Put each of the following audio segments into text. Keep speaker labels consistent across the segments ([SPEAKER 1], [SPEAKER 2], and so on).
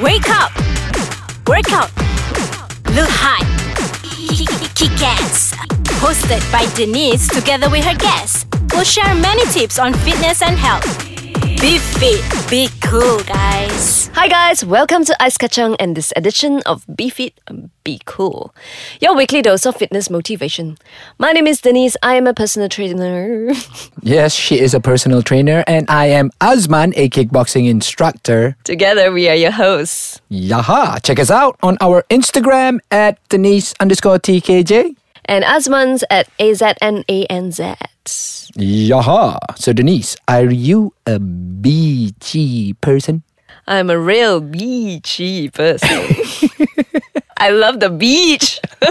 [SPEAKER 1] Wake up! Work out! Look hot! Kick ass! Hosted by Denise together with her guests. We'll share many tips on fitness and health. Be fit, be cool, guys.
[SPEAKER 2] Hi guys, welcome to Ice Kachang and this edition of Be Fit, Be Cool, your weekly dose of fitness motivation. My name is Denise. I am a personal trainer.
[SPEAKER 3] Yes, she is a personal trainer, and I am Azman, a kickboxing instructor.
[SPEAKER 2] Together, we are your hosts.
[SPEAKER 3] Yaha! Check us out on our Instagram at Denise underscore TKJ.
[SPEAKER 2] And Azman's at AZNANZ.
[SPEAKER 3] Yaha! So, Denise, are you a BT person?
[SPEAKER 2] I'm a real beachy person. I love the beach.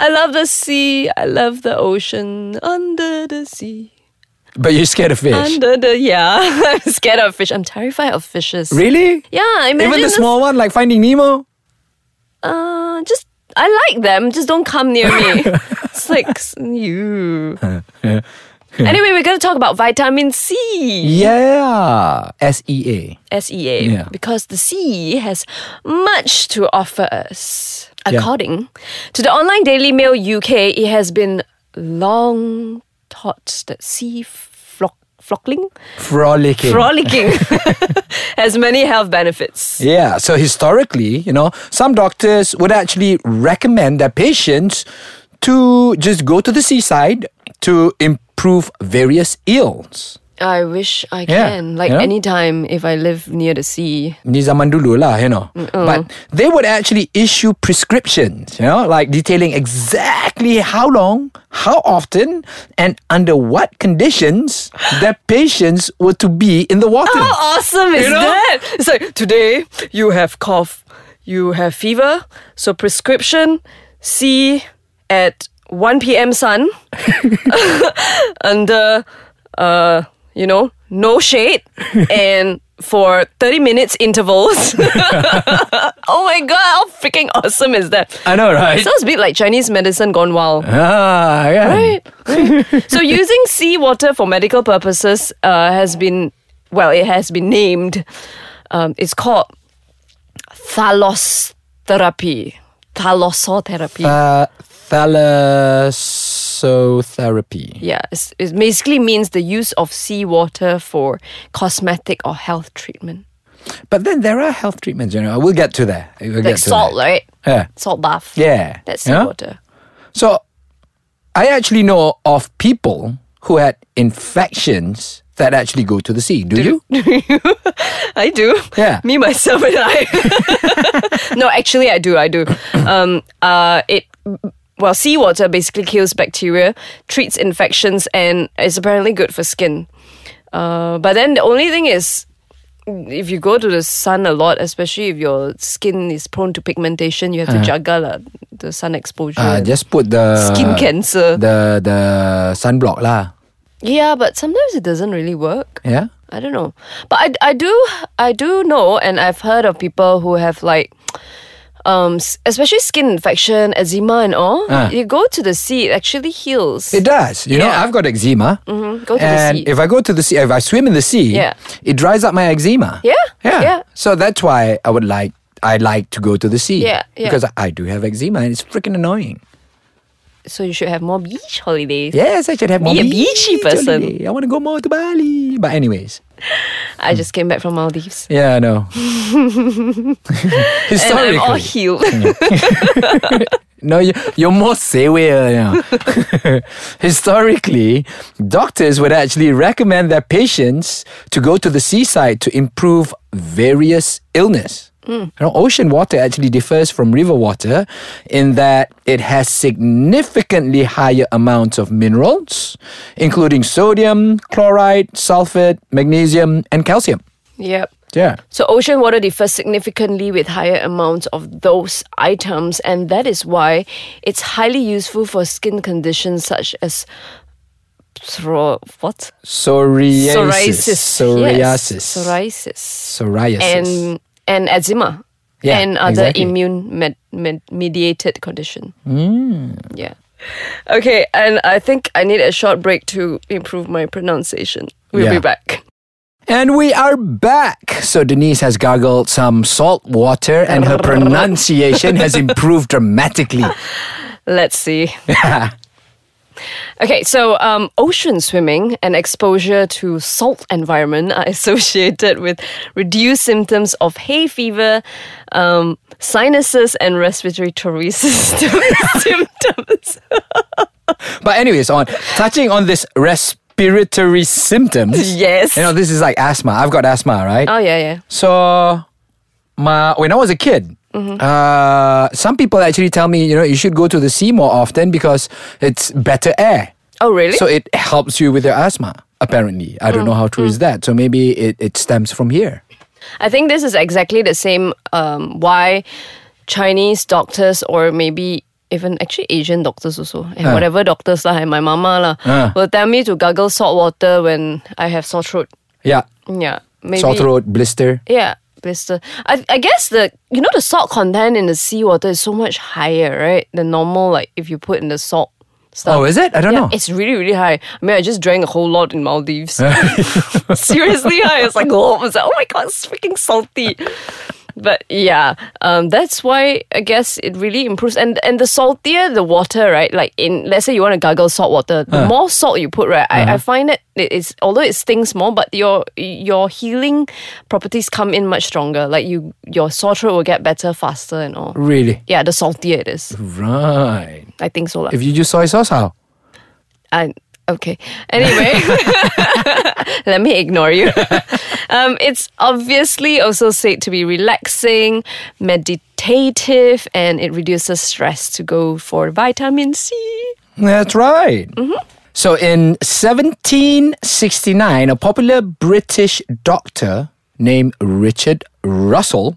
[SPEAKER 2] I love the sea. I love the ocean. Under the sea.
[SPEAKER 3] But you're scared of fish.
[SPEAKER 2] Under the, yeah. I'm scared of fish. I'm terrified of fishes.
[SPEAKER 3] really?
[SPEAKER 2] Yeah, imagine
[SPEAKER 3] Even the
[SPEAKER 2] us-
[SPEAKER 3] small one, like Finding Nemo?
[SPEAKER 2] uh, just I like them. Just don't come near me. it's like s- you. anyway, we're gonna talk about vitamin C,
[SPEAKER 3] Yeah! E SEA.
[SPEAKER 2] SEA,
[SPEAKER 3] Yeah.
[SPEAKER 2] E because the C has much to offer us.
[SPEAKER 3] Yeah.
[SPEAKER 2] According to the online Daily Mail UK, it has been long thought that C flock flockling
[SPEAKER 3] Frolicking.
[SPEAKER 2] frolicking has many health benefits.
[SPEAKER 3] Yeah, so historically, you know, some doctors would actually recommend their patients to just go to the seaside to improve various ills.
[SPEAKER 2] I wish I
[SPEAKER 3] Yeah,
[SPEAKER 2] can. Like
[SPEAKER 3] you know?
[SPEAKER 2] anytime if I live near the sea.
[SPEAKER 3] Ni zaman dulu lah, you know. But they would actually issue prescriptions, you know, like detailing exactly how long, how often, and under what conditions their patients were to be in the water.
[SPEAKER 2] How awesome is
[SPEAKER 3] You know?
[SPEAKER 2] that? It's like today you have cough, you have fever, so prescription C at 1 p.m. sun under uh you know no shade and for 30 minutes intervals. oh my god, how freaking awesome is that?
[SPEAKER 3] I know, right?
[SPEAKER 2] Sounds a bit like Chinese medicine gone wild.
[SPEAKER 3] ah, yeah.
[SPEAKER 2] So using seawater for medical purposes uh, has been, well, it has been named. Um, it's called thalos therapy, thalassotherapy.
[SPEAKER 3] Uh, thalassotherapy.
[SPEAKER 2] yeah, it's, it basically means the use of seawater for cosmetic or health treatment,
[SPEAKER 3] But then there are health treatments, you know. We'll get to that. We'll
[SPEAKER 2] like
[SPEAKER 3] get to
[SPEAKER 2] salt,
[SPEAKER 3] that.
[SPEAKER 2] right?
[SPEAKER 3] Yeah.
[SPEAKER 2] Salt bath.
[SPEAKER 3] Yeah.
[SPEAKER 2] that's
[SPEAKER 3] You know?
[SPEAKER 2] seawater.
[SPEAKER 3] So I actually know of people who had infections that actually go to the sea. Do, you?
[SPEAKER 2] I do.
[SPEAKER 3] Yeah.
[SPEAKER 2] Me, myself, and I. no, actually, I do. I do. Um, uh, it well, seawater basically kills bacteria, treats infections, and is apparently good for skin. Uh, but then the only thing is, if you go to the sun a lot, especially if your skin is prone to pigmentation, you have to jaga lah, the sun exposure.
[SPEAKER 3] Uh-huh. Uh, just put the
[SPEAKER 2] Skin cancer.
[SPEAKER 3] The the sunblock lah.
[SPEAKER 2] yeah, but sometimes it doesn't really work.
[SPEAKER 3] Yeah.
[SPEAKER 2] I don't know, but I, I do I do know, and I've heard of people who have like, um, s- especially skin infection, eczema, and all.
[SPEAKER 3] Ah.
[SPEAKER 2] You go to the sea, it actually heals.
[SPEAKER 3] It does. You know,
[SPEAKER 2] Yeah. Mm-hmm.
[SPEAKER 3] I've got eczema.
[SPEAKER 2] Go to the
[SPEAKER 3] and
[SPEAKER 2] sea.
[SPEAKER 3] if I go to the sea, if I swim in the sea,
[SPEAKER 2] Yeah.
[SPEAKER 3] it dries up my eczema.
[SPEAKER 2] Yeah,
[SPEAKER 3] Yeah.
[SPEAKER 2] yeah.
[SPEAKER 3] So that's why I would like I like to go to the sea.
[SPEAKER 2] Yeah, yeah.
[SPEAKER 3] Because I do have eczema and it's freaking annoying.
[SPEAKER 2] so you should have more beach holidays.
[SPEAKER 3] Yes, I should have more
[SPEAKER 2] Be a beachy
[SPEAKER 3] beach
[SPEAKER 2] person.
[SPEAKER 3] holiday. I want to go more to Bali. But anyways,
[SPEAKER 2] I just came back from Maldives.
[SPEAKER 3] yeah, I know.
[SPEAKER 2] And I'm all
[SPEAKER 3] Historically,
[SPEAKER 2] healed.
[SPEAKER 3] no, you- you're more sewer. Yeah. Historically, doctors would actually recommend their patients to go to the seaside to improve various illness.
[SPEAKER 2] Mm.
[SPEAKER 3] You know, ocean water actually differs from river water in that it has significantly higher amounts of minerals, including sodium, chloride, sulfate, magnesium, and calcium.
[SPEAKER 2] yep.
[SPEAKER 3] Yeah.
[SPEAKER 2] So ocean water differs significantly with higher amounts of those items, and that is why it's highly useful for skin conditions such as thro- what
[SPEAKER 3] Psoriasis.
[SPEAKER 2] Yes,
[SPEAKER 3] Psoriasis.
[SPEAKER 2] psoriasis,
[SPEAKER 3] Psoriasis.
[SPEAKER 2] and and eczema,
[SPEAKER 3] Yeah,
[SPEAKER 2] and other
[SPEAKER 3] exactly.
[SPEAKER 2] immune med- med- mediated condition.
[SPEAKER 3] Mm.
[SPEAKER 2] Yeah. Okay, and I think I need a short break to improve my pronunciation. We'll be
[SPEAKER 3] Yeah.
[SPEAKER 2] back.
[SPEAKER 3] And we are back. So Denise has gargled some salt water and her pronunciation has improved dramatically.
[SPEAKER 2] Let's see. okay, so um, ocean swimming and exposure to salt environment are associated with reduced symptoms of hay fever, um, sinuses, and respiratory system symptoms.
[SPEAKER 3] But anyways, on touching on this respiratory symptoms.
[SPEAKER 2] Yes.
[SPEAKER 3] You know, this is like asthma. I've got asthma, right?
[SPEAKER 2] Oh yeah, yeah.
[SPEAKER 3] So, my when I was a kid,
[SPEAKER 2] Mm-hmm.
[SPEAKER 3] uh, some people actually tell me, you know, you should go to the sea more often because it's better air.
[SPEAKER 2] Oh really? Mm.
[SPEAKER 3] So it helps you with your asthma. Apparently, I don't know how true is that. So maybe it, it stems from here.
[SPEAKER 2] I think this is exactly the same um, why Chinese doctors or maybe even actually Asian doctors also and
[SPEAKER 3] Ah.
[SPEAKER 2] whatever doctors lah, and my mama lah,
[SPEAKER 3] Ah.
[SPEAKER 2] will tell me to gargle salt water when I have sore throat.
[SPEAKER 3] Yeah,
[SPEAKER 2] Yeah, maybe.
[SPEAKER 3] sore throat, blister.
[SPEAKER 2] Yeah, blister. I I guess the you know the salt content in the seawater is so much higher, right? The normal like if you put in the salt. Stuff.
[SPEAKER 3] Oh, is it? I don't
[SPEAKER 2] Yeah,
[SPEAKER 3] know.
[SPEAKER 2] It's really, really high. I mean, I just drank a whole lot in Maldives. Seriously, I was like, oh, I was like, oh my god, it's freaking salty. But yeah, um, that's why I guess it really improves. And and the saltier the water, right? Like in let's say you want to gargle salt water, the more salt you put, right? I, I find that it is although it stings more, but your your healing properties come in much stronger. Like you your sore throat will get better faster and all.
[SPEAKER 3] Really?
[SPEAKER 2] Yeah, the saltier it is.
[SPEAKER 3] Right.
[SPEAKER 2] I think so. lah.
[SPEAKER 3] If you use soy sauce, how?
[SPEAKER 2] I okay. Anyway, let me ignore you. um, it's obviously also said to be relaxing, meditative, and it reduces stress to go for vitamin C.
[SPEAKER 3] That's right.
[SPEAKER 2] Mm-hmm.
[SPEAKER 3] So in 1769, a popular British doctor named Richard Russell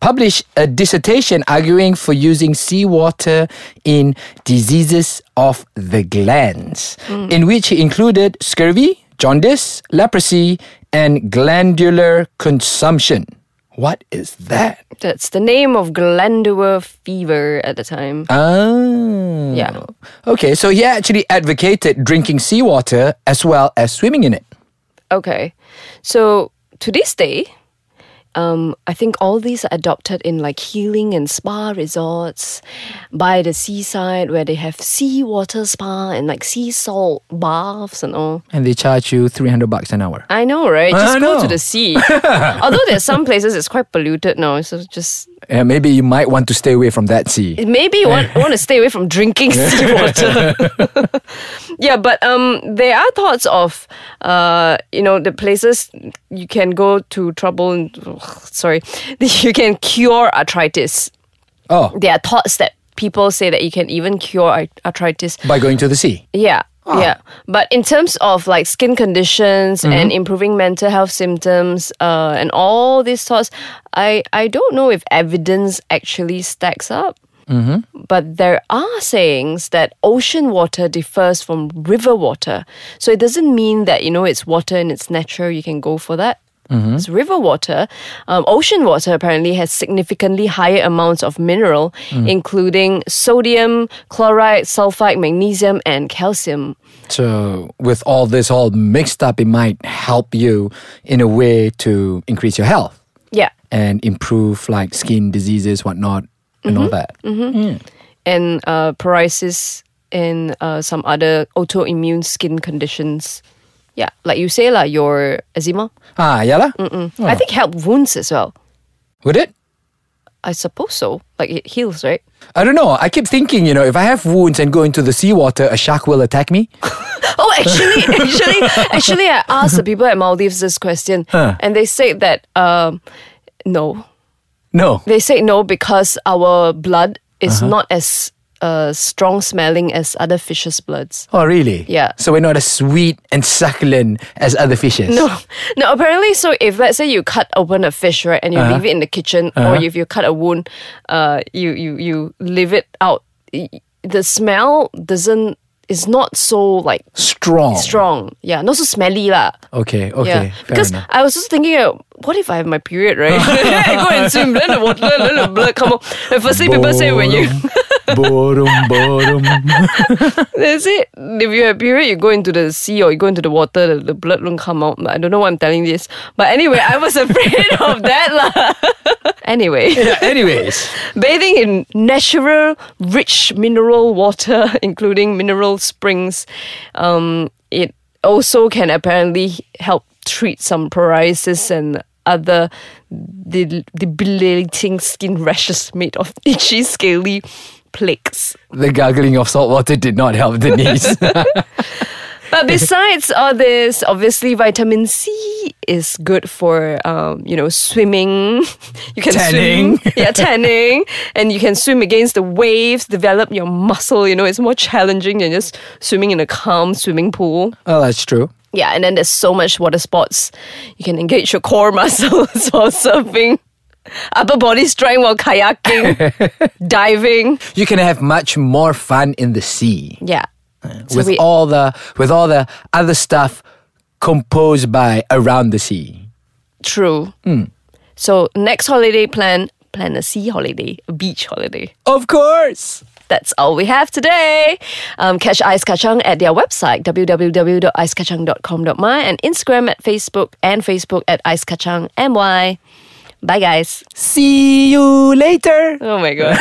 [SPEAKER 3] published a dissertation arguing for using seawater in diseases of the glands,
[SPEAKER 2] Mm.
[SPEAKER 3] in which he included scurvy, jaundice, leprosy, and glandular consumption. What is that?
[SPEAKER 2] That's the name of glandular fever at the time.
[SPEAKER 3] Oh.
[SPEAKER 2] Yeah.
[SPEAKER 3] Okay, so he actually advocated drinking seawater as well as swimming in it.
[SPEAKER 2] Okay, so to this day. Um, I think all these are adopted in like healing and spa resorts by the seaside where they have seawater spa and like sea salt baths and all.
[SPEAKER 3] And they charge you 300 bucks an hour.
[SPEAKER 2] I know, right? Just
[SPEAKER 3] I
[SPEAKER 2] go
[SPEAKER 3] know.
[SPEAKER 2] to the sea. Although there's some places it's quite polluted now, so just
[SPEAKER 3] Yeah, maybe you might want to stay away from that sea.
[SPEAKER 2] maybe you want want to stay away from drinking seawater. yeah, but um, there are thoughts of uh, you know, the places you can go to trouble. And, sorry, you can cure arthritis.
[SPEAKER 3] Oh,
[SPEAKER 2] There are thoughts that people say that you can even cure ar- arthritis
[SPEAKER 3] by going to the sea.
[SPEAKER 2] Yeah. Yeah. But in terms of like skin conditions and improving mental health symptoms uh, and all these thoughts, I, I don't know if evidence actually stacks up. Mm-hmm. But there are sayings that ocean water differs from river water. So it doesn't mean that, you know, it's water and it's natural, you can go for that. It's river water. Um, ocean water apparently has significantly higher amounts of mineral, including sodium, chloride, sulfite, magnesium, and calcium.
[SPEAKER 3] So, with all this all mixed up, it might help you in a way to increase your health
[SPEAKER 2] Yeah.
[SPEAKER 3] and improve like skin diseases, whatnot, and all that.
[SPEAKER 2] And uh, psoriasis and uh, some other autoimmune skin conditions. Yeah. Like you say, like your eczema.
[SPEAKER 3] Ah, yeah lah?
[SPEAKER 2] I think help wounds as well.
[SPEAKER 3] Would it?
[SPEAKER 2] I suppose so. Like it heals, right?
[SPEAKER 3] I don't know. I keep thinking, you know, if I have wounds and go into the seawater, a shark will attack me.
[SPEAKER 2] Oh, actually, actually, actually, I asked the people at Maldives this question, and they said that um, no,
[SPEAKER 3] No.
[SPEAKER 2] They say no because our blood is not as uh, strong smelling as other fishes' bloods.
[SPEAKER 3] Oh, really?
[SPEAKER 2] Yeah.
[SPEAKER 3] So we're not as sweet and succulent as other fishes.
[SPEAKER 2] No, no. Apparently, so if let's say you cut open a fish, right, and you leave it in the kitchen, or if you cut a wound, uh, you you you leave it out. y- The smell doesn't is not so like
[SPEAKER 3] Strong.
[SPEAKER 2] strong. Yeah, not so smelly lah.
[SPEAKER 3] Okay, okay.
[SPEAKER 2] Yeah,
[SPEAKER 3] Fair
[SPEAKER 2] because
[SPEAKER 3] enough.
[SPEAKER 2] I was just thinking, uh, what if I have my period, right? I go and swim, then the water, then the blood come out. And firstly, people say when you
[SPEAKER 3] Boom. borum, borum.
[SPEAKER 2] That's it. If you have period, you go into the sea or you go into the water, the, the blood won't come out. I don't know why I'm telling this. But anyway, I was afraid of that. lah. anyway,
[SPEAKER 3] Yeah, anyways,
[SPEAKER 2] bathing in natural, rich mineral water, including mineral springs, um, it also can apparently help treat some psoriasis and other de- debilitating skin rashes made of itchy, scaly plaques.
[SPEAKER 3] the gargling of salt water did not help the knees.
[SPEAKER 2] But besides all this, obviously vitamin C is good for um, you know swimming. You can
[SPEAKER 3] Tanning.
[SPEAKER 2] swim, yeah, tanning, and you can swim against the waves. Develop your muscle. You know, it's more challenging than just swimming in a calm swimming pool.
[SPEAKER 3] well, Oh, that's true.
[SPEAKER 2] Yeah, and then there's so much water sports. You can engage your core muscles while surfing, upper body strength while kayaking, diving.
[SPEAKER 3] You can have much more fun in the sea
[SPEAKER 2] Yeah. So
[SPEAKER 3] with
[SPEAKER 2] we-
[SPEAKER 3] all the with all the other stuff composed by around the sea.
[SPEAKER 2] True. So next holiday plan, plan a sea holiday, a beach holiday.
[SPEAKER 3] Of course.
[SPEAKER 2] That's all we have today. Um, catch Ice Kacang at their website, www.icekacang.com.my and Instagram at Facebook and Facebook at Ice Kacang MY. Bye guys.
[SPEAKER 3] See you later.
[SPEAKER 2] Oh my god.